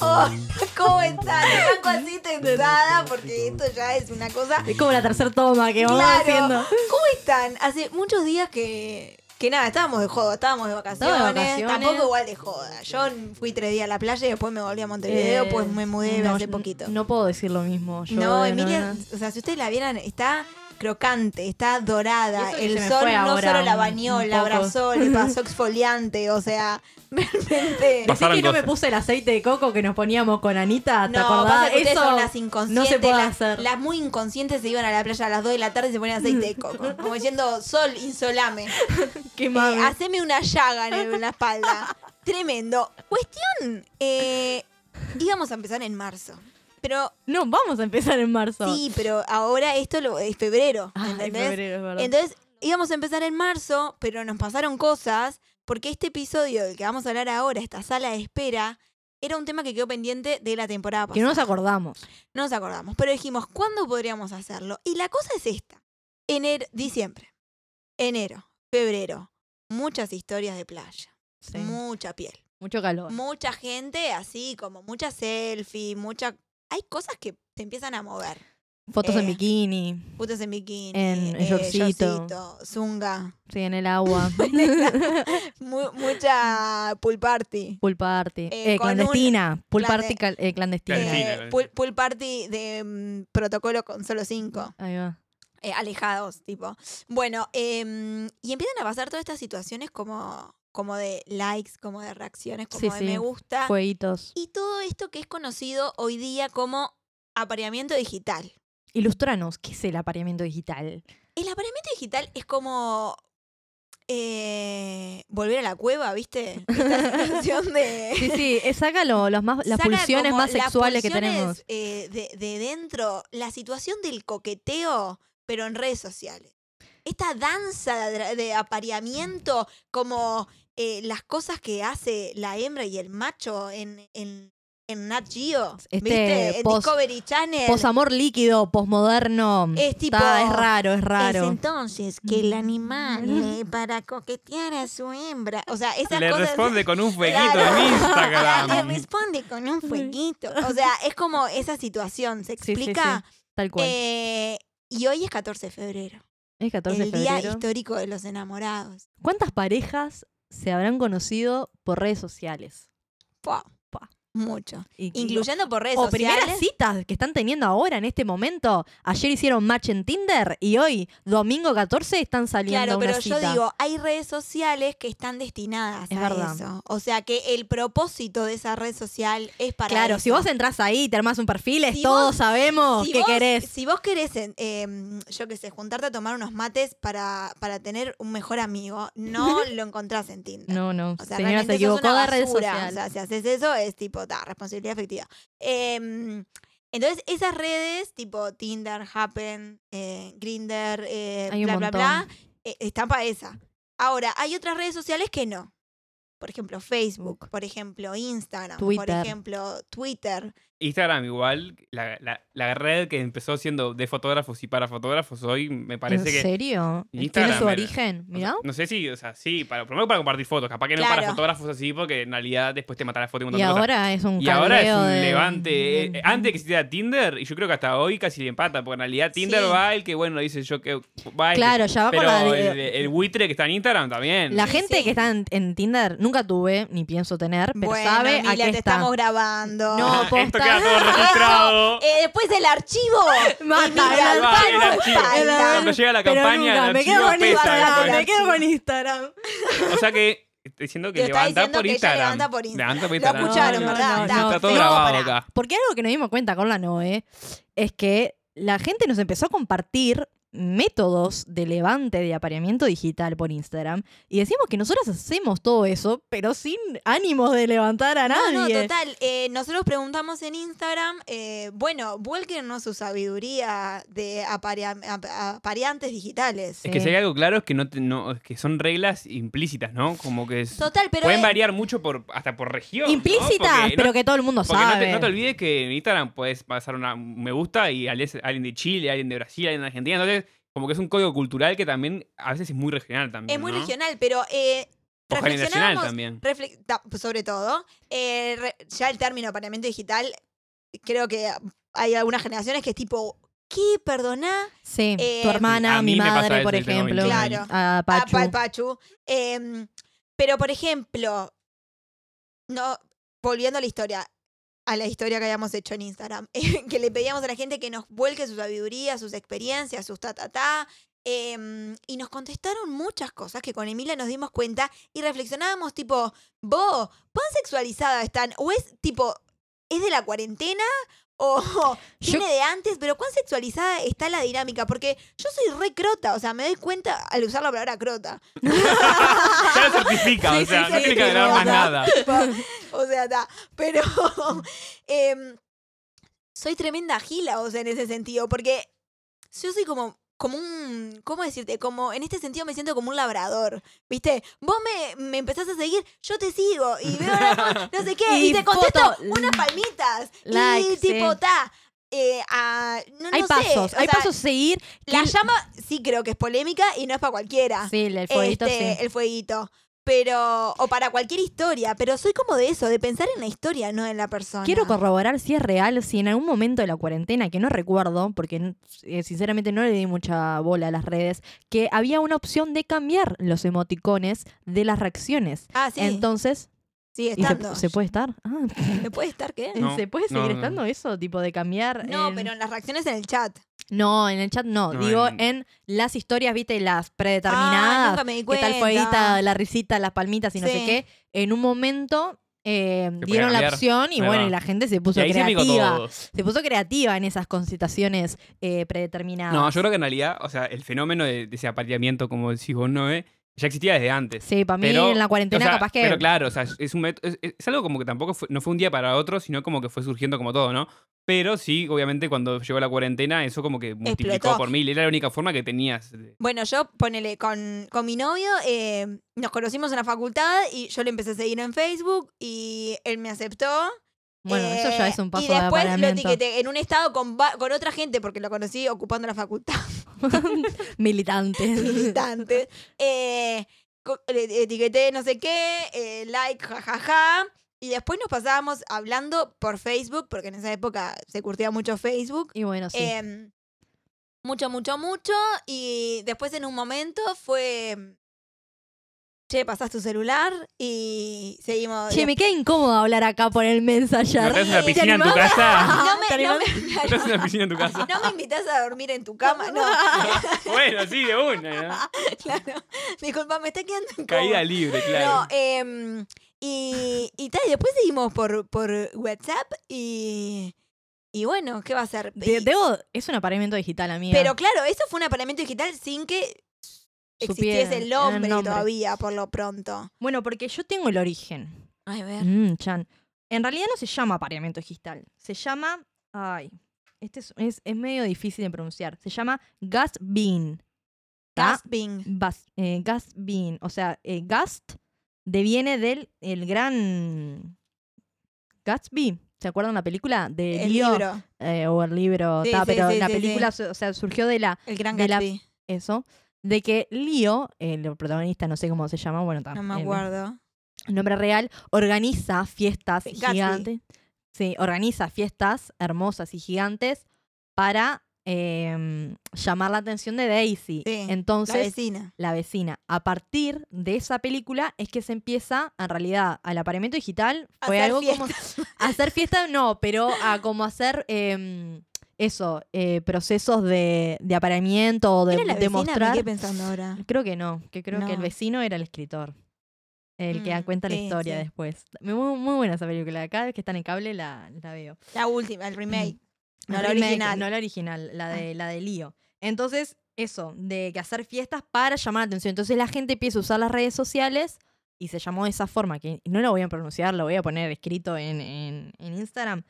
Oh, ¿Cómo estás? Vengo así tensada porque esto ya es una cosa. Es como la tercera toma que vamos Claro. haciendo. ¿Cómo están? Hace muchos días que. Que nada, estábamos de joda, estábamos de vacaciones, Estábamos de vacaciones. Tampoco igual de joda. Yo fui tres días a la playa y después me volví a Montevideo, Eh, pues me mudé no, hace yo- poquito. No puedo decir lo mismo. yo, No, eh, Emilia, no. o sea, si ustedes la vieran, está crocante, está Y dorada. eso que El se me sol fue no ahora solo la un- bañó, un la poco. abrazó, le pasó exfoliante, o sea, realmente. Decí Pasaron que no me cosas. puse el aceite de coco que nos poníamos con Anita, ¿te No, acordás? pasa que ustedes Eso son las inconscientes. no se puede las, hacer. las muy inconscientes se iban a la playa a las 2 de la tarde y se ponían aceite de coco. Como diciendo, sol, insolame. Qué Eh, mami. haceme una llaga en, el- en la espalda. Tremendo. Cuestión, eh, íbamos a empezar en marzo. Pero No, vamos a empezar en marzo. sí, pero ahora esto lo- es febrero. Ah, en ¿entendés? febrero, es verdad. Entonces íbamos a empezar en marzo, pero nos pasaron cosas porque este episodio del que vamos a hablar ahora, esta sala de espera, era un tema que quedó pendiente de la temporada que pasada. no nos acordamos. No nos acordamos, pero dijimos, ¿cuándo podríamos hacerlo? Y la cosa es esta. Enero, diciembre, enero, febrero, muchas historias de playa, Sí. mucha piel, Mucho calor. mucha gente así, como mucha selfie, mucha... Hay cosas que te empiezan a mover. Fotos en eh, bikini. Putas en bikini, En shortcito. shortcito, zunga, Sí, en el agua. mu- mucha pool party. pool party. Eh, Eh, con un- clandestina. Pool Clande- party cal- eh, clandestina. Clandestina. Eh, pool, pool party de mm, protocolo con solo cinco. Ahí va. eh, alejados, tipo. Bueno, em, y empiezan a pasar todas estas situaciones como, como de likes, como de reacciones, como Sí, de sí. me gusta. Fueguitos. Y todo esto que es conocido hoy día como apareamiento digital. Ilustranos, ¿qué es el apareamiento digital? El apareamiento digital es como eh, volver a la cueva, ¿viste? Esta situación de... Sí, sí, eh, saca lo- los más, las saca pulsiones como más las sexuales que pulsiones, tenemos. eh, de, de dentro, la situación del coqueteo, pero en redes sociales. Esta danza de, de apareamiento, como eh, las cosas que hace la hembra y el macho en, en, en Nat Geo, Este ¿viste? En pos- Discovery Channel. Posamor líquido, posmoderno. Es tipo- Está- es raro, es Es raro. Mm. entonces que el animal eh, para coquetear a su hembra. O sea, esas Le cosas. responde con un fueguito Claro. en Le Instagram. responde con un fueguito. O sea, es como esa situación. ¿Se Sí, sí, sí, explica? Tal cual. Eh, y hoy es 14 de febrero, es 14 de el día febrero. histórico de los enamorados. ¿Cuántas parejas se habrán conocido por redes sociales? Pua, Pua. Mucho. Y- Incluyendo por redes o sociales. primeras citas que están teniendo ahora en este momento. Ayer hicieron match en Tinder y hoy, domingo 14, están saliendo Claro, a una pero yo cita. digo, hay redes sociales que están destinadas Es a verdad. eso. O sea que el propósito de esa red social es para claro, eso. si vos entras ahí y te armás un perfil, es Si todos vos- sabemos Si qué vos- querés. Si vos querés, en- eh, yo qué sé, juntarte a tomar unos mates para, para tener un mejor amigo, no lo encontrás en Tinder. No, no, O sea, señora, se realmente sos equivocó una de redes basura. sociales. O sea, si haces eso, es tipo, ta, responsabilidad efectiva. Em, entonces, esas redes, tipo Tinder, Happen, eh, Grinder, Hay un bla, bla, bla, montón. eh, están para esa. Ahora, hay otras redes sociales que no. Por ejemplo, Facebook, Facebook. por ejemplo, Instagram, Twitter. por ejemplo, Twitter. Instagram igual, la, la- la red que empezó siendo de fotógrafos y para fotógrafos, hoy me parece ¿En que... serio? Instagram ¿Tiene su era- origen? O sea, Mirá. No sé si, o sea, sí, para, primero para compartir fotos, capaz que no Claro. para fotógrafos así, porque en realidad después te mata la foto y un Y montón de cosas. ahora es un Y ahora es cabreo un de- Mm. levante. eh, de- eh, antes que existiera Tinder, y yo creo que hasta hoy casi le empata, porque en realidad Tinder Sí. va el que, bueno, dice yo que va el Claro, ya va pero con la... de- el, el buitre que está en Instagram también. La Sí, gente sí. que está en, en Tinder, nunca tuve, ni pienso tener, pero bueno, sabe a Emilia, qué te está. estamos grabando. No, Esto posta. queda todo registrado. Eh, después el archivo. Mata, Emilia, el mano archivo. espalda. El archivo. Cuando llega la Pero campaña, nunca, el me quedo archivo con pesa Instagram, después. me quedo con Instagram. después. pues. O sea que, está diciendo que Te está levanta diciendo por que ella Instagram. levanta por Instagram. Levanta por Lo Instagram. escucharon, No, no, ¿verdad? no, Está, no, Está todo pero grabado pará. acá. Porque algo que nos dimos cuenta con la Noe es que la gente nos empezó a compartir métodos de levante de apareamiento digital por Instagram y decimos que nosotras hacemos todo eso, pero sin ánimos de levantar a nadie. No, no, total. Eh, nosotros preguntamos en Instagram, eh, bueno, vuélquenos su sabiduría de aparea- ap- apareantes digitales. Es que Sí. si hay algo claro es que no, te- no- es que son reglas implícitas, ¿no? Como que es- Total, pero. pueden eh, variar mucho por hasta por región. ¿no? Implícitas, Porque no- pero que todo el mundo Porque no sabe. te, no te olvides que en Instagram puedes pasar una, un me gusta y al- alguien de Chile, alguien de Brasil, alguien de Argentina. Entonces, como que es un código cultural que también a veces es muy regional también. es muy ¿no? regional, pero eh, O generacional Reflexionábamos también. refle- ta- sobre todo, eh, re- ya el término apareamiento digital, creo que hay algunas generaciones que es tipo, ¿qué? ¿Perdoná? Sí, Eh, tu hermana, A mi mí me pasa madre, eso, por yo tengo ejemplo. 21 años. A Ah, Pachu. pal Pachu. Em, pero, por ejemplo, no, volviendo a la historia, a la historia que habíamos hecho en Instagram, eh, que le pedíamos a la gente que nos vuelque su sabiduría, sus experiencias, sus ta, ta, ta. em, y nos contestaron muchas cosas que con Emilia nos dimos cuenta y reflexionábamos tipo, vos, ¿cuán sexualizada están? ¿O es tipo, es de la cuarentena? ¿O Yo- tiene de antes? Pero ¿cuán sexualizada está la dinámica? Porque yo soy re crota, o sea, me doy cuenta al usar la palabra crota. Ya lo certifica, Sí, o sea, sí, no sí, tiene que sí, agregar sí, más sí. nada. Tipo, o sea, está. Pero em, soy tremenda gila, o sea, en ese sentido, porque yo soy como, como un, ¿cómo decirte? Como, en este sentido me siento como un labrador, ¿viste? Vos me, me empezás a seguir, yo te sigo y veo una cosa, no sé qué, y, Y te contesto foto, unas palmitas. y like, tipo, sí. ta. eh, a- no, hay no sé, pasos, o hay sea, pasos a seguir. La que- llama sí creo que es polémica y no es para cualquiera Sí, el fueguito, este, sí. el fueguito. Pero, o para cualquier historia, pero soy como de eso, de pensar en la historia, no en la persona. Quiero corroborar si es real, si en algún momento de la cuarentena, que no recuerdo, porque n- eh, sinceramente no le di mucha bola a las redes, que había una opción de cambiar los emoticones de las reacciones. Ah, sí, Entonces, sigue y estando. se, se puede estar? Ah, ¿Me puede estar qué? No, ¿Se puede no, seguir no. estando eso? Tipo de cambiar. No, en- pero en las reacciones en el chat. No, en el chat no. No, Digo, en... en- las historias, viste, las Ah, predeterminadas. nunca me di ¿Qué cuenta. tal fueguita, la risita, las palmitas y no sé Sí. qué? En un momento eh, Se dieron puede la cambiar. opción y Ahí bueno, va. y la gente se Y puso ahí se picó creativa. todos. se puso creativa en esas concitaciones eh, predeterminadas. No, yo creo que en realidad, o sea, el fenómeno de, de ese apareamiento, como decís vos, Noé, ya existía desde antes. Sí, para mí Pero, en la cuarentena O sea, capaz que... Pero claro, o sea, es, un met- es, es algo como que tampoco fue- no fue un día para otro, sino como que fue surgiendo como todo, ¿no? Pero sí, obviamente cuando llegó la cuarentena, eso como que multiplicó Explotó. por mil. Era la única forma que tenías. de- Bueno, yo, ponele, con, con mi novio eh, nos conocimos en la facultad y yo le empecé a seguir en Facebook y él me aceptó. bueno, eso Eh, ya es un paso Y de después lo apareamiento. etiqueté en un estado con, va- con otra gente porque lo conocí ocupando la facultad. Militantes. militantes. Eh, co- le- etiqueté no sé qué, eh, like, jajaja. Y después nos pasábamos hablando por Facebook, porque en esa época se curtía mucho Facebook. y bueno, sí. Em, mucho, mucho, mucho. Y después en un momento fue. Che, pasás tu celular y seguimos. che, y- me queda incómodo hablar acá por el ¿No mensajar. te haces una ¿Te piscina en tu animás? casa? no ¿Te me, no, animás? me- ¿No te haces una piscina en tu casa? no me invitás a dormir en tu cama, no. Bueno, sí, de una. ¿no? claro. Disculpa, me está quedando incómodo. Caída libre, No, claro. em, y, y tal, y después seguimos por, por WhatsApp y, y bueno, ¿qué va a ser? De- debo- es un apareamiento digital, amiga. pero claro, eso fue un apartamento digital sin que Supieran, existiese el era el nombre, nombre. todavía, por lo pronto. Bueno, porque yo tengo el origen. Ay, ver. Mm, Chan. En realidad no se llama apareamiento digital. Se llama. Ay. Este es, es- es medio difícil de pronunciar. Se llama Gust Bean. ¿tá? Gasping. Bas- eh, Gust Bean. O sea, eh, Gust deviene del el gran. Gatsby. ¿Se acuerdan la película? De El Leo, libro. eh, o el libro. Sí, tá, sí, pero sí, la sí, sí. película, su- o sea, surgió de la El gran de la- Gatsby. eso, de que Leo, el protagonista, no sé cómo se llama, bueno, ta- No me el acuerdo. nombre real, organiza fiestas Sí, Gatsby. gigantes. Sí, organiza fiestas hermosas y gigantes para eh, llamar la atención de Daisy. Sí, La Entonces, vecina. la vecina. A partir de esa película es que se empieza, en realidad, al apareamiento digital A fue hacer algo como. a Hacer fiesta no, pero a como hacer em, eso, eh, procesos de, de apareamiento o de ¿Era la vecina? Me demostrar. quedé pensando ahora. Creo que no, que creo que el No. vecino era el escritor. El que Mm, cuenta la sí, historia sí. después. Muy, muy buena esa película. Cada vez que están en cable la, la veo. La última, el remake. No, El la remake, original. Ah. No la original, la de, la de Lío. Entonces, eso, de que hacer fiestas para llamar la atención. Entonces la gente empieza a usar las redes sociales y se llamó de esa forma, que no lo voy a pronunciar, lo voy a poner escrito en, en- en Instagram,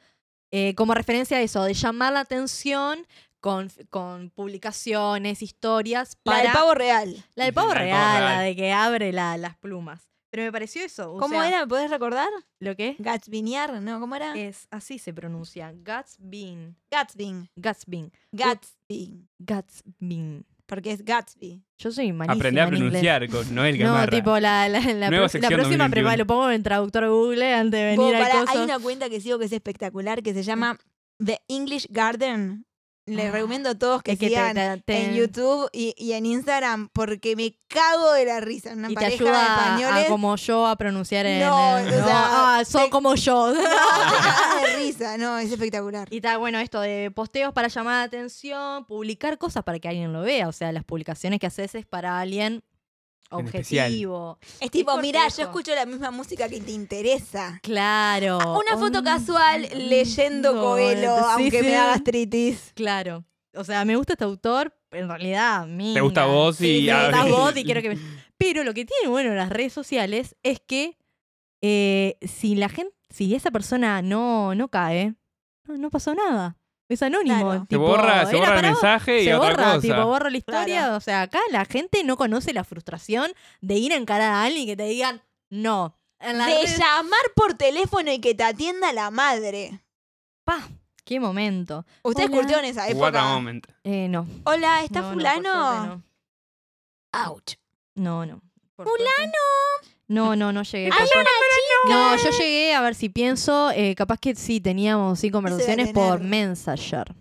eh, como referencia a eso, de llamar la atención con, con publicaciones, historias, La para... del pavo real. la del pavo La del pavo real, la real. de que abre la- las plumas. Pero me pareció eso. o ¿Cómo sea, Eh, era? ¿Me podés recordar? Lo que es, Gatsbiniar, ¿no? ¿Cómo era? es así se pronuncia, Gatsbin. Gatsbing. Gatsbin. Gatsbing. Gatsbin. porque es Gatsby. Yo soy malísima Aprende a en inglés. pronunciar con Noel No, Gamarra. tipo, la, la, la, Nueva pro- sección la próxima 2021. prepara, lo pongo en traductor Google antes de venir Como al para- hay coso. Mm. una cuenta que sigo que es espectacular que se llama The English Garden. Les Ah, recomiendo a todos que, Es te- sigan te- te- en YouTube y, y en Instagram porque me cago de la risa. Una Y te pareja ayuda de a- a españoles. como yo a pronunciar en No, el- o sea, ah, son te- como yo. te cagas de risa, no, es espectacular. Y está bueno esto de posteos para llamar la atención, publicar cosas para que alguien lo vea. O sea, las publicaciones que haces es para alguien En especial. objetivo. Es tipo, corto mirá, eso. yo escucho la misma música que te interesa. Claro. Ah, Una foto Un- casual un- leyendo no, Coelho, sí, aunque sí. me haga gastritis. Claro. O sea, me gusta este autor, pero en realidad a mí. Te gusta a vos y- me gusta a y- vos y quiero que me- Pero lo que tiene bueno las redes sociales es que eh, si la gente, si esa persona no, no cae, no, no pasó nada. Es anónimo. Claro. Se se tipo, borra, se era borra el para vos, mensaje y se otra borra, cosa. tipo, borro la historia. Claro. O sea, acá la gente no conoce la frustración de ir a encarar a alguien y que te digan no. En la De llamar por teléfono y que te atienda la madre. ¿Qué momento? Ustedes Hola. curtieron esa What a época. moment. Eh, no. Hola, ¿está No, no, por fulano? suerte Ouch. No, no. no. Por suerte. No, no, no llegué. por suerte. No, yo llegué, a ver si pienso, eh, capaz que sí, teníamos sí conversaciones por tener. Messenger.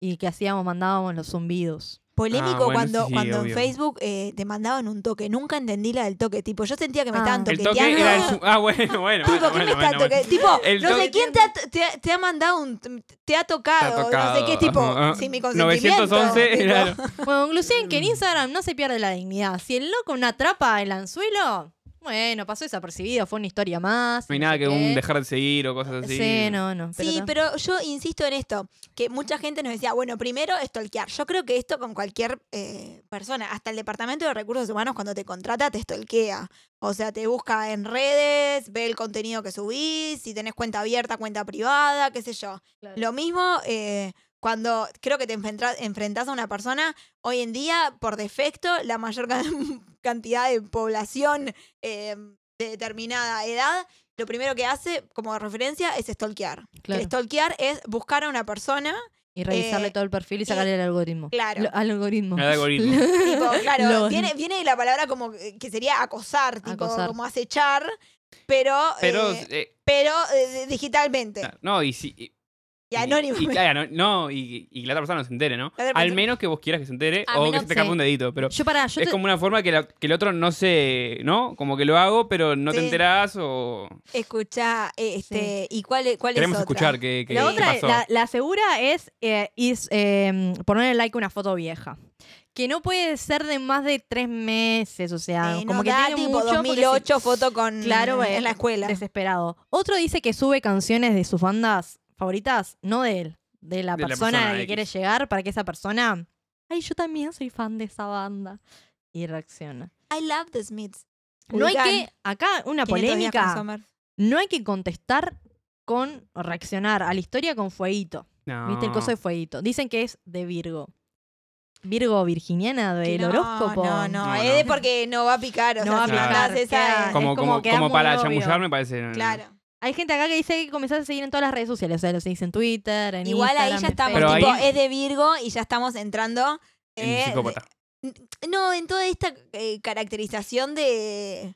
Y que hacíamos, mandábamos los zumbidos. Polémico Ah, bueno, cuando, sí, cuando en obvio. Facebook eh, te mandaban un toque. Nunca entendí la del toque. Tipo, yo sentía que me Ah. estaban El toqueteando. toque era el. su- Ah, bueno, bueno. Tipo, ¿qué me bueno, bueno, está bueno, bueno. toque- Tipo, El no sé toque- quién te ha, te, ha- te ha mandado un. Te ha tocado. tocado. No sé qué tipo. Ah, ah. sin mi consentimiento. 911 tipo. era- Bueno, conclusión Mm. que en Instagram no se pierde la dignidad. Si el loco no atrapa el anzuelo, bueno, pasó desapercibido, fue una historia más. No hay nada sé que qué. un dejar de seguir o cosas así. Sí, no, no. Sí, ta- pero yo insisto en esto, que mucha gente nos decía, bueno, primero stalkear. Yo creo que esto con cualquier eh, persona, hasta el Departamento de Recursos Humanos cuando te contrata te stalkea. O sea, te busca en redes, ve el contenido que subís, si tenés cuenta abierta, cuenta privada, qué sé yo. Claro. Lo mismo eh, cuando creo que te enfrentra- enfrentás a una persona, hoy en día, por defecto, la mayor ca- cantidad de población eh, de determinada edad, lo primero que hace como referencia es stalkear. Que Claro. stalkear es buscar a una persona, Y revisarle eh, todo el perfil y sacarle el algoritmo. claro. Lo- al algoritmo. Al algoritmo. tipo, claro, Lo- viene, viene de la palabra como que que sería acosar, tipo, Acosar. como acechar, pero, Pero. eh, eh, pero eh, digitalmente no, y si. y- y y- anónimamente. y- claro, no, y, y que la otra persona no se entere, ¿no? La otra Al persona- menos que vos quieras que se entere Al o que menos- se te escape sí. un dedito. Pero Yo pará, yo es te- como una forma que, la- que el otro no se. ¿No? Como que lo hago, pero no Sí. te enterás o. Escucha, este, ¿y cuál, es- cuál Queremos es otra? escuchar qué, qué- La qué otra, pasó. la, la segura es, eh, is, eh, ponerle like a una foto vieja. Que no puede ser de más de tres meses, o Eh, sea, Ah, como no que da tiene tipo mucho porque 2008 foto con Claro, eh, en la escuela. desesperado. Otro dice que sube canciones de sus bandas favoritas, no de él, de la, De la persona, a la persona que X. quiere llegar para que esa persona, ay, yo también soy fan de esa banda. Y reacciona. I love the Smiths. No hay Ubican que, acá una 500 días con polémica, Summer. no hay que contestar con o reaccionar a la historia con fueguito. No. ¿Viste el Ah. coso de fueguito? Dicen que es de Virgo. Virgo virginiana del No, horóscopo. No, no, No, es no. de porque no va a picar. O No sea, va a si picar, mandás esa, queda- eh, es Como, como como, que como es para muy obvio. chamullar, me parece. no, no, no. claro. Hay gente acá que dice que comenzás a seguir en todas las redes sociales. O sea, lo seguís en Twitter, en Igual ahí Instagram, ya en estamos, Facebook. Pero tipo, ahí- es de Virgo y ya estamos entrando. En eh, psicópata. de- no, en toda esta eh, caracterización de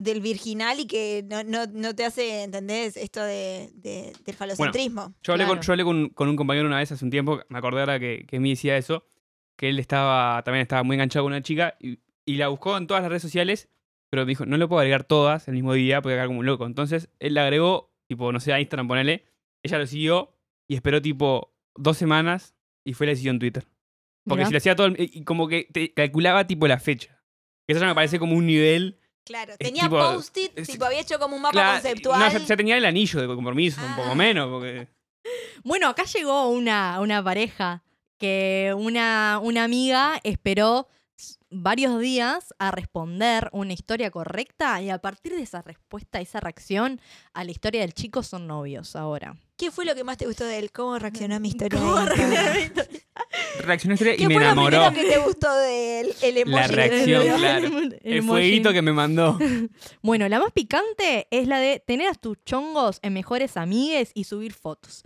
del virginal y que no, no, no te hace, ¿entendés? Esto de, de- del falocentrismo. Yo hablé, Claro. con, yo hablé con, con un compañero una vez hace un tiempo, me acordé ahora que, que me decía eso, que él estaba, también estaba muy enganchado con una chica y, y la buscó en todas las redes sociales, pero me dijo, no lo puedo agregar todas el mismo día porque acá como un loco. Entonces él la agregó, tipo, no sé, a Instagram, ponele, ella lo siguió y esperó tipo dos semanas y fue y la siguió en Twitter. Porque Mirá. si la hacía todo, el- y y como que te calculaba tipo la fecha. Eso ya me parece como un nivel... Claro, Es tenía tipo- post-it, es- tipo, había hecho como un mapa Claro, conceptual. No, ya, ya tenía el anillo de compromiso, un Ah. poco menos, porque... Bueno, acá llegó una, una pareja que una, una amiga esperó s- varios días a responder una historia correcta y a partir de esa respuesta, esa reacción a la historia del chico son novios ahora. ¿Qué fue lo que más te gustó de él? ¿Cómo reaccionó a mi historia? Mm, ¿Cómo de Instagram? reaccionó a mi Reaccionaste ¿Qué y me fue enamoró. lo primero que te gustó de él? El emoji. La reacción, del- claro. El El emoji. fueguito que me mandó. Bueno, la más picante es la de tener a tus chongos en mejores amigues y subir fotos.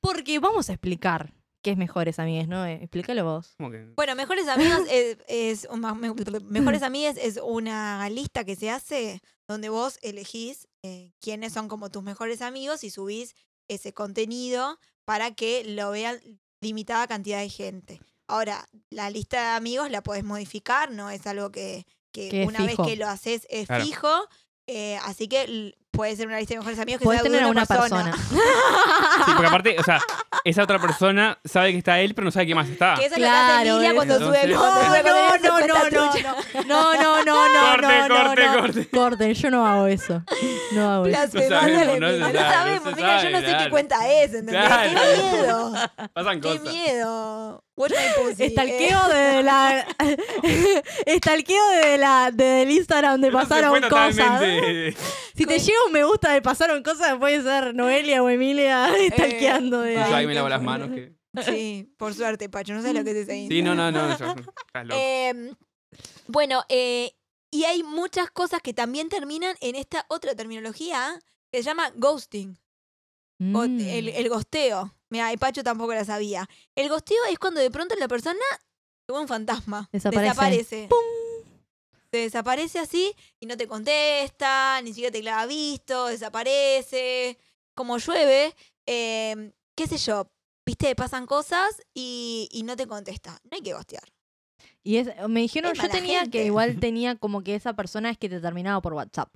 Porque vamos a explicar ¿Qué es mejores amigues, no? Eh, Explícalo vos. Como que- Bueno, Mejores Amigos es, es un ma- me- Mejores Amigues es una lista que se hace donde vos elegís eh, quiénes son como tus mejores amigos y subís ese contenido para que lo vean limitada cantidad de gente. Ahora, la lista de amigos la podés modificar, no es algo que, que Que es una vez fijo. que lo haces es Claro. fijo, eh, así que l- puede ser una lista de mejores amigos que Podés sea de tener a una persona. Sí, porque aparte, o sea, esa otra persona sabe que está él, pero no sabe que más está. Que eso Claro, es lo que hace Emilia cuando sube el entonces- contenido, No, cuando no, sube no, cuenta no, trucha. No, no, no, no, Corte, no, no, corte, no. corte. Corten, yo no hago eso. No hago eso. Blasfemando sabemos, la no se Emilia. sabe, No no sabemos, se mira, yo sabe, no sé qué claro. cuenta es, ¿entendés? Claro. ¡Qué miedo! Pasan ¡Qué cosas. miedo! What my pussy, eh. Estalqueo de la. Estalqueo de la, de- del Instagram de Eso se pasaron fue cosas. totalmente- Si te Con- llega un me gusta de pasaron cosas, puede ser Noelia o Emilia estalqueando de. Yo Eh, Ay, ahí me qué lavo las fuerte. manos. que- Sí, por suerte, Pacho, no sé lo que es ese Sí, Instagram. no, no, no. yo- estás loco. Eh, bueno, eh, y hay muchas cosas que también terminan en esta otra terminología que se llama ghosting. O Mm. el, el gosteo. Mira, y Pacho tampoco la sabía. El gosteo es cuando de pronto la persona es un fantasma. Desaparece. Desaparece. Se desaparece así y no te contesta, ni siquiera te la ha visto, desaparece. Como llueve, eh, qué sé yo. Viste, pasan cosas y, y no te contesta. No hay que gostear. Y es- me dijeron, Es yo mala tenía que gente. igual tenía como que esa persona es que te terminaba por WhatsApp.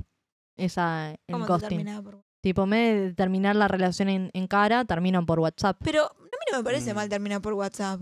Esa, el ¿Cómo te ghosting. terminaba por- Tipo, en vez de terminar la relación en, en cara, terminan por WhatsApp. Pero a mí no me parece Mm. mal terminar por WhatsApp.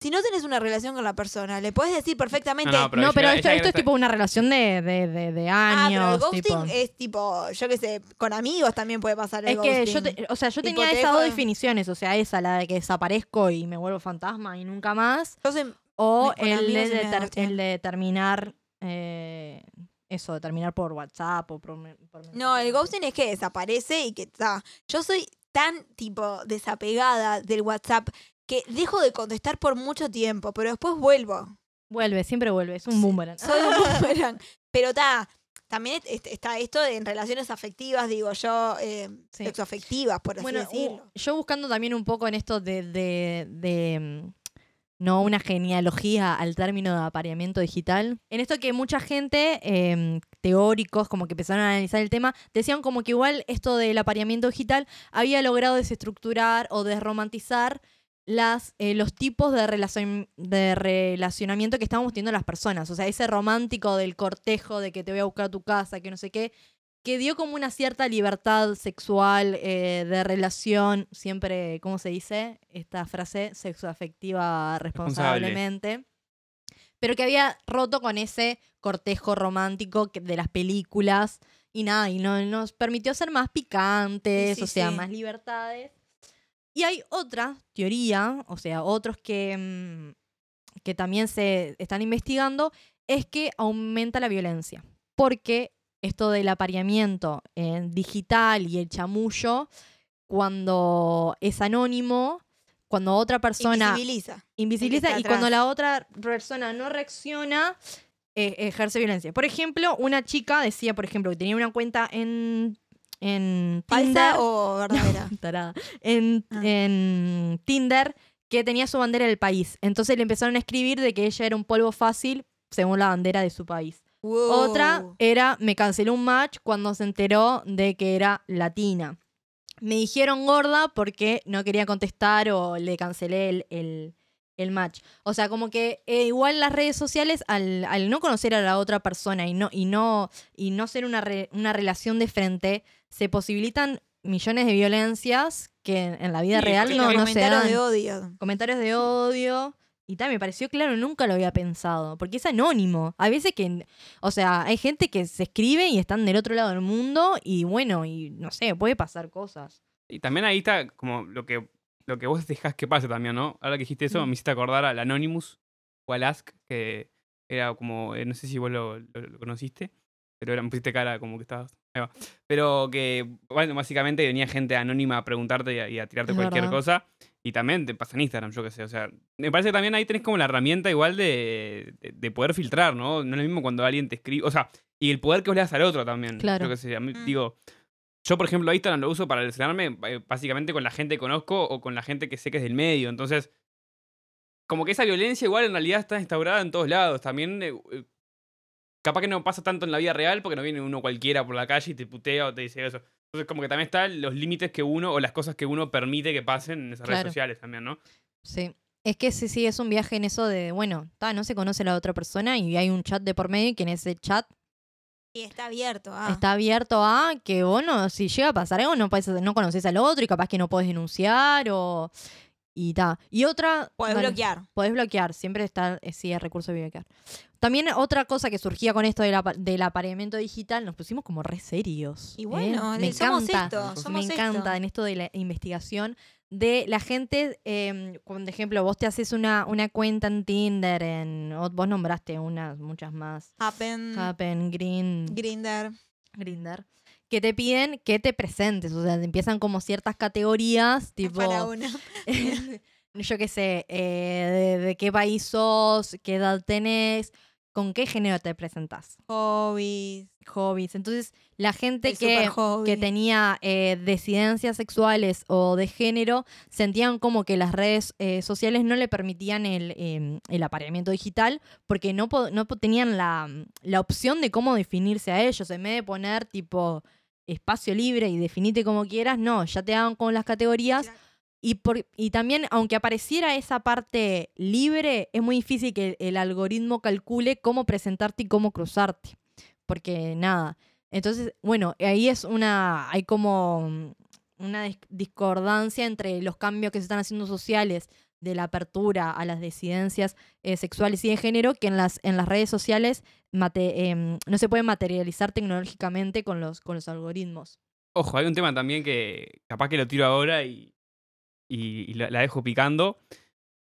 Si no tenés una relación con la persona, le podés decir perfectamente. No, no, Pero no, ella- pero esto, ella esto es está- tipo una relación de, de, de, de Ah, pero el años. ghosting tipo. es tipo, yo qué sé, con amigos también puede pasar el Es que yo, ghosting. te- o sea, yo Tipo, tenía te esas dejo dos de- definiciones, o sea, esa, la de que desaparezco y me vuelvo fantasma y nunca más, Yo soy- o Me- con el de, amigos se me da ter- hostia. el de terminar, eh, eso, de terminar por WhatsApp o por... me- por no, mensaje, el sé. ghosting es que desaparece y que está. Yo soy tan tipo desapegada del WhatsApp que dejo de contestar por mucho tiempo, pero después vuelvo. Vuelve, siempre vuelve, es un boomerang. Soy un boomerang. Pero está, también est- est- está esto de en relaciones afectivas, digo yo, eh, Sí. sexoafectivas, por así Bueno, u- decirlo. yo buscando también un poco en esto de, de- de, mm, no una genealogía al término de apareamiento digital, en esto que mucha gente, eh, teóricos, como que empezaron a analizar el tema, decían como que igual esto del apareamiento digital había logrado desestructurar o desromantizar las, eh, los tipos de, relacion- de relacionamiento que estábamos teniendo las personas. O sea, ese romántico del cortejo, de que te voy a buscar a tu casa, que no sé qué, que dio como una cierta libertad sexual, eh, de relación, siempre, ¿cómo se dice? Esta frase, sexoafectiva Responsable. responsablemente. Pero que había roto con ese cortejo romántico que- de las películas y nada, y no- nos permitió ser más Sí, picantes, sí, o sea, sí. más libertades. Y hay otra teoría, o sea, otros que, mm, que también se están investigando, es que aumenta la violencia. Porque esto del apareamiento en digital y el chamullo, cuando es anónimo, cuando otra persona Invisibiliza. El invisibiliza que y está cuando atrás. la otra persona no reacciona, eh, ejerce violencia. Por ejemplo, una chica decía, por ejemplo, que tenía una cuenta en, en Tinder. ¿Falsa o verdadera? Tarada. En, Ah. en Tinder que tenía su bandera del país. Entonces le empezaron a escribir de que ella era un polvo fácil según la bandera de su país. Otra Wow. era, me canceló un match cuando se enteró de que era latina. Me dijeron gorda porque no quería contestar o le cancelé el, el- el match. O sea, como que eh, igual las redes sociales, al, al no conocer a la otra persona y no, y no, y no ser una, re- una relación de frente, se posibilitan millones de violencias que en, en la vida Sí, real sí, no, no se Comentario dan. de odio. comentarios de odio. Y tal, me pareció claro, nunca lo había pensado, porque es anónimo. A veces que, o sea, hay gente que se escribe y están del otro lado del mundo y bueno, y no sé, puede pasar cosas. Y también ahí está como lo que, lo que vos dejás que pase también, ¿no? Ahora que dijiste eso, Mm. me hiciste acordar al Anonymous o al Ask, que era como, eh, no sé si vos lo, lo- lo conociste, pero era, me pusiste cara como que estabas... ahí va. Pero que, bueno, básicamente venía gente anónima a preguntarte y a, y a tirarte Es cualquier verdad. cosa. Y también te pasa en Instagram, yo qué sé. O sea, me parece que también ahí tenés como la herramienta igual de, de, de poder filtrar, ¿no? No es lo mismo cuando alguien te escribe. O sea, y el poder que vos le das al otro también. Claro. Yo qué sé, a mí, Mm. digo, Yo, por ejemplo, a Instagram lo uso para relacionarme eh, básicamente con la gente que conozco o con la gente que sé que es del medio. Entonces, como que esa violencia igual en realidad está instaurada en todos lados. También, eh, eh, capaz que no pasa tanto en la vida real porque no viene uno cualquiera por la calle y te putea o te dice eso. Entonces, como que también están los límites que uno o las cosas que uno permite que pasen en esas Claro. redes sociales también, ¿no? Sí. Es que sí, sí, es un viaje en eso de, bueno, ta, no se conoce la otra persona y hay un chat de por medio y que en ese chat Y está abierto. ah. está abierto a que vos no, si llega a pasar algo, no, podés- no conoces al otro y capaz que no podés denunciar o... Y ta. Y otra... Podés dale. bloquear. Podés bloquear, siempre está, eh, sí, el recurso de bloquear. También otra cosa que surgía con esto del, apa- del apareamiento digital, nos pusimos como re serios. Y ¿eh? bueno, me somos encanta, esto. me Somos encanta en esto de la investigación de la gente, eh, como de ejemplo, vos te haces una, una cuenta en Tinder, en, o vos nombraste unas, muchas más, Esto. Happen, Happen, Green, Grinder. Grinder, que te piden que te presentes, o sea, te empiezan como ciertas categorías, tipo... Para una. yo qué sé, eh, de, de qué país sos, qué edad tenés, con qué género te presentás, Hobbies. hobbies. Entonces, la gente el super que, hobby. que tenía eh, desidencias sexuales o de género sentían como que las redes eh, sociales no le permitían el, eh, el apareamiento digital porque no, po- no po- tenían la, mm, la opción de cómo definirse a ellos. En vez de poner tipo espacio libre y definite como quieras, no, ya te daban con las categorías. Claro. Y, por, y también, aunque apareciera esa parte libre, es muy difícil que el algoritmo calcule cómo presentarte y cómo cruzarte. Porque nada. Entonces, bueno, ahí es una. Hay como mm, una dis- discordancia entre los cambios que se están haciendo sociales de la apertura a las disidencias eh, sexuales y de género, que en las, en las redes sociales mate- em, no se puede materializar tecnológicamente con los, con los algoritmos. Ojo, hay un tema también que capaz que lo tiro ahora y, y- y la, la dejo picando,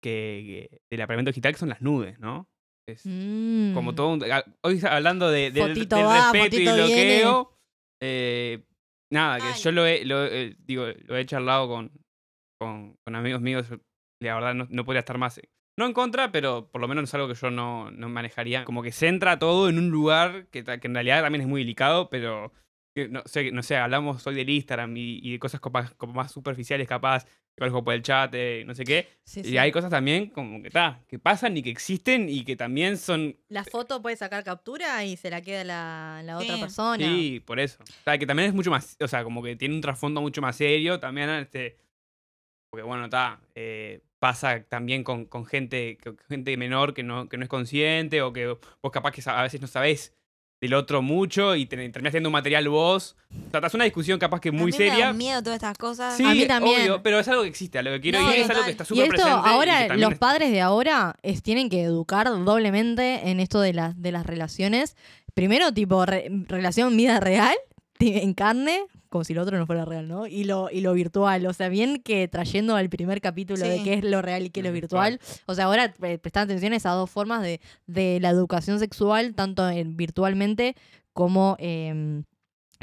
que, que del apartamento digital que son las nubes, ¿no? Es como Mm. todo un- a- Hoy hablando de, del, Fotito del va, respeto y fotito viene. bloqueo, eh, nada, que Ay. yo lo he, lo, he- digo, lo he charlado con, con, con amigos míos, yo, la verdad no, no podría estar más... eh, No en contra, pero por lo menos es algo que yo no, no manejaría. Como que se entra todo en un lugar que, ta- que en realidad también es muy delicado, pero que no sé, no sé, hablamos hoy del Instagram y, y de cosas copa- como, más superficiales capaz, que algo por el chat, eh, no sé qué. Sí, Y sí. hay cosas también como que ta, que pasan y que existen y que también son... La foto puede sacar captura y se la queda la, la otra Sí. persona. Sí, por eso. O sea, que también es mucho más, o sea, como que tiene un trasfondo mucho más serio también, este... Porque bueno, ta, eh, pasa también con, con gente, con gente menor que no, que no es consciente o que vos capaz que sa- a veces no sabés del otro mucho y te, terminás haciendo un material vos. O sea, es una discusión capaz que muy a mí Me seria. dan miedo todas estas cosas. Sí, A mí también. obvio, pero es algo que existe, a lo que quiero No, ir es total. algo que está Y súper esto presente. y que ahora, también los es- padres de ahora es, tienen que educar doblemente en esto de las, de las relaciones. Primero, tipo, re- relación vida real, ti- en carne, como si lo otro no fuera real, ¿no? Y lo, y lo virtual. O sea, bien que trayendo al primer capítulo de Sí. qué es lo real y qué es lo Lo virtual. O sea, ahora pre- prestar atención a esas dos formas de, de la educación sexual, tanto en- virtualmente como em,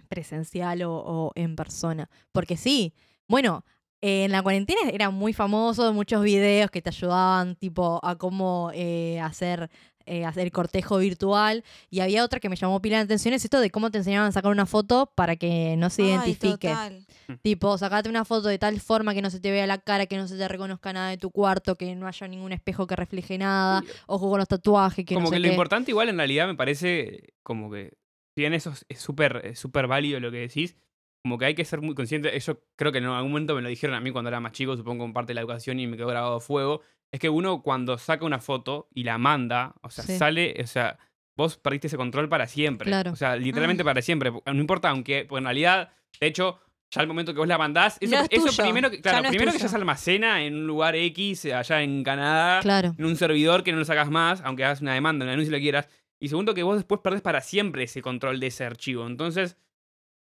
presencial o- o en persona. Porque sí, bueno, eh, en la cuarentena era muy famoso, muchos videos que te ayudaban tipo a cómo eh, hacer, eh, hacer cortejo virtual. Y había otra que me llamó pila la atención, es esto de cómo te enseñaban a sacar una foto para que no se Ay, identifique. total. Tipo, sacate una foto de tal forma que no se te vea la cara, que no se te reconozca nada de tu cuarto, que no haya ningún espejo que refleje nada, ojo con los tatuajes, que como no sé que qué. lo importante igual en realidad me parece como que si bien eso es- es súper es súper válido lo que decís como que hay que ser muy consciente eso creo que en algún momento me lo dijeron a mí cuando era más chico supongo en parte de la educación y me quedó grabado a fuego es que uno cuando saca una foto y la manda o sea Sí. sale o sea vos perdiste ese control para siempre Claro. o sea literalmente Ah. para siempre no importa aunque pues en realidad de hecho ya al momento que vos la mandás eso, No es eso tuyo, primero que, ya claro, no es primero que tuyo. ya se almacena en un lugar X eh, allá en Canadá Claro. en un servidor que no lo sacas más, aunque hagas una demanda, un anuncio y lo quieras. Y segundo, que vos después perdés para siempre ese control de ese archivo. Entonces,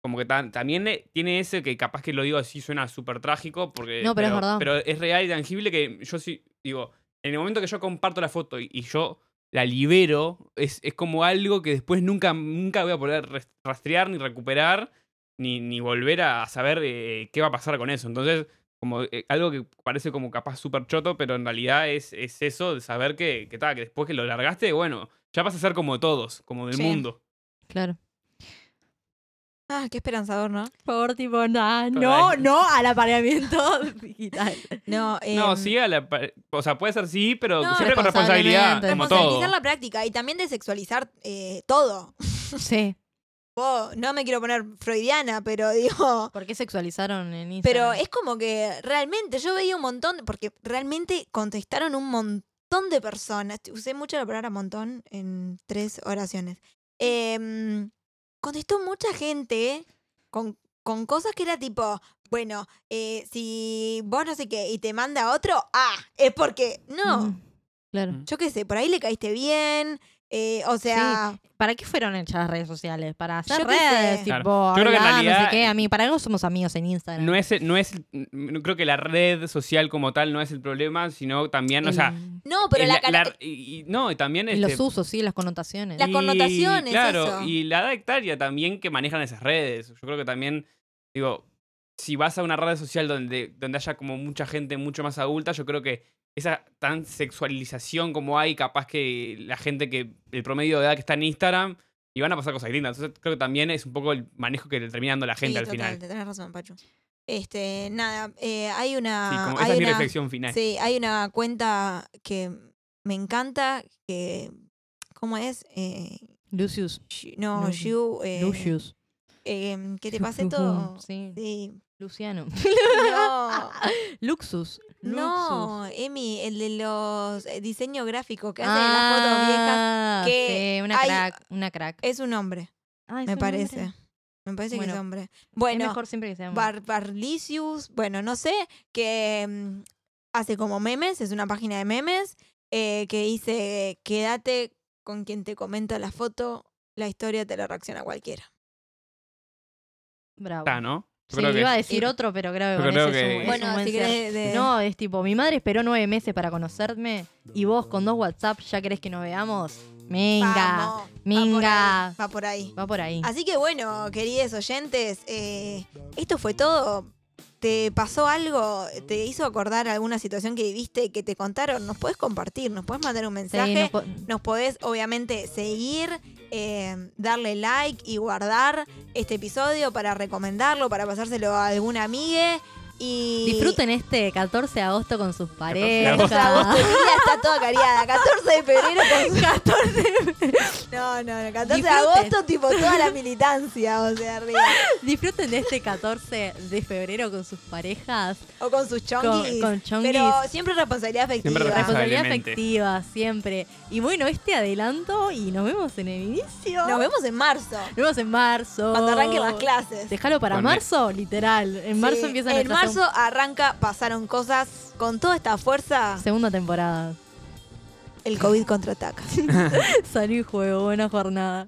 como que tan- también eh, tiene ese que capaz que lo digo así suena súper trágico, porque. No, pero es verdad. Pero es real y tangible que yo sí, digo, en el momento que yo comparto la foto y, y yo la libero, es, es como algo que después nunca, nunca voy a poder res- rastrear ni recuperar, ni, ni volver a saber eh, qué va a pasar con eso. Entonces, como eh, algo que parece como capaz súper choto, pero en realidad es, es eso de saber que, que, ta, que después que lo largaste, bueno, ya vas a ser como todos, como del Sí. mundo. Claro. Ah, qué esperanzador, ¿no? Por favor, tipo, nah, no, Correcto. no al apareamiento digital. No, eh, No, sí, a la pa- o sea, puede ser sí, pero No, siempre con responsabilidad, responsablemente. como todo. Responsabilizar la práctica y también desexualizar eh, todo. Sí. Vos, no me quiero poner freudiana, pero digo. ¿Por qué sexualizaron en Instagram? Pero es como que realmente yo veía un montón, porque realmente contestaron un montón de personas. Usé mucho la palabra montón en tres oraciones. Em, contestó mucha gente con, con cosas que era tipo, bueno, eh, si vos no sé qué y te manda otro, ah, es porque. No, Mm, Claro. yo qué sé, por ahí le caíste bien. eh, o sea, ¿Para qué fueron hechas las redes sociales? Para hacer Yo qué redes, sé. tipo, Claro. Yo creo que en hablar, no sé realidad- qué, a mí. Para algo somos amigos en Instagram. No es, no es, no creo que la red social como tal no es el problema, sino también, o El- sea, no, Em, pero el- la, la- cara- la- y, y- no, y también y este, los usos, sí, las connotaciones. La- Las y- connotaciones, Claro, eso. y la edad hectárea también que manejan esas redes. Yo creo que también, digo, si vas a una red social donde, donde haya como mucha gente mucho más adulta, yo creo que esa tan sexualización como hay, capaz que la gente que, el promedio de edad que está en Instagram, y van a pasar cosas lindas. Entonces creo que también es un poco el manejo que le termina dando la gente Sí, al total, final. te tenés razón, Pachu. Este, nada, eh, hay una. Sí, como hay esa es mi una- reflexión Eh. final. Sí, hay una cuenta que me encanta, que. ¿Cómo es? Eh, Lucius. Sh- no, Lu- Yu, eh, Lucius. eh, que te pase todo. Sí. Ah, Sí. Luciano. No, Luxus. Luxus. no, Emi, el de los eh, diseño gráfico que hace las fotos viejas. Ah, que sí, una hay- crack. Una crack. Es un hombre, Ah, es me un parece. hombre. Me parece que es Bueno, hombre. Es Bueno, mejor siempre que sea hombre. Bar Barlicious, bueno, no sé, que mm, hace como memes, es una página de memes, eh, que dice, quédate con quien te comenta la foto, la historia te la reacciona cualquiera. Bravo. Ah, Está, ¿no? Sí, Yo creo que iba a es- decir otro, pero creo que Pero con creo ese es un- que- es un bueno, buen si cierre. querés... de- No, es tipo, mi madre esperó nueve meses para conocerme y vos con dos WhatsApp ya querés que nos veamos. Minga, Vamos, minga. Va por ahí. Va por ahí. Así que bueno, queridos oyentes, eh, esto fue todo. ¿Te pasó algo? ¿Te hizo acordar alguna situación que viviste que te contaron? Nos podés compartir, nos podés mandar un Sí, mensaje. no po- Nos podés, obviamente, seguir, eh, darle like y guardar este episodio para recomendarlo, para pasárselo a algún amigue. Y Disfruten este 14 de agosto con sus 14 de parejas. agosto. Agosto, Emilia está toda cariada. 14 de febrero con 14 No, no, no. 14 de Disfruten. agosto, tipo toda la militancia, o sea, arriba. Disfruten de este 14 de febrero con sus parejas. O con sus Con, chonguis. con chonguis. Pero siempre responsabilidad afectiva. Siempre Responsabilidad Responsablemente. afectiva, siempre. Y bueno, este adelanto y nos vemos en el inicio. Nos vemos en marzo, Nos vemos en marzo. cuando arranquen las clases. Dejalo para Con- marzo, literal. En marzo Sí, empieza En nuestra seg- marzo arranca, pasaron cosas. Con toda esta fuerza, segunda temporada. el COVID contraataca. Salud, juego. Buena jornada.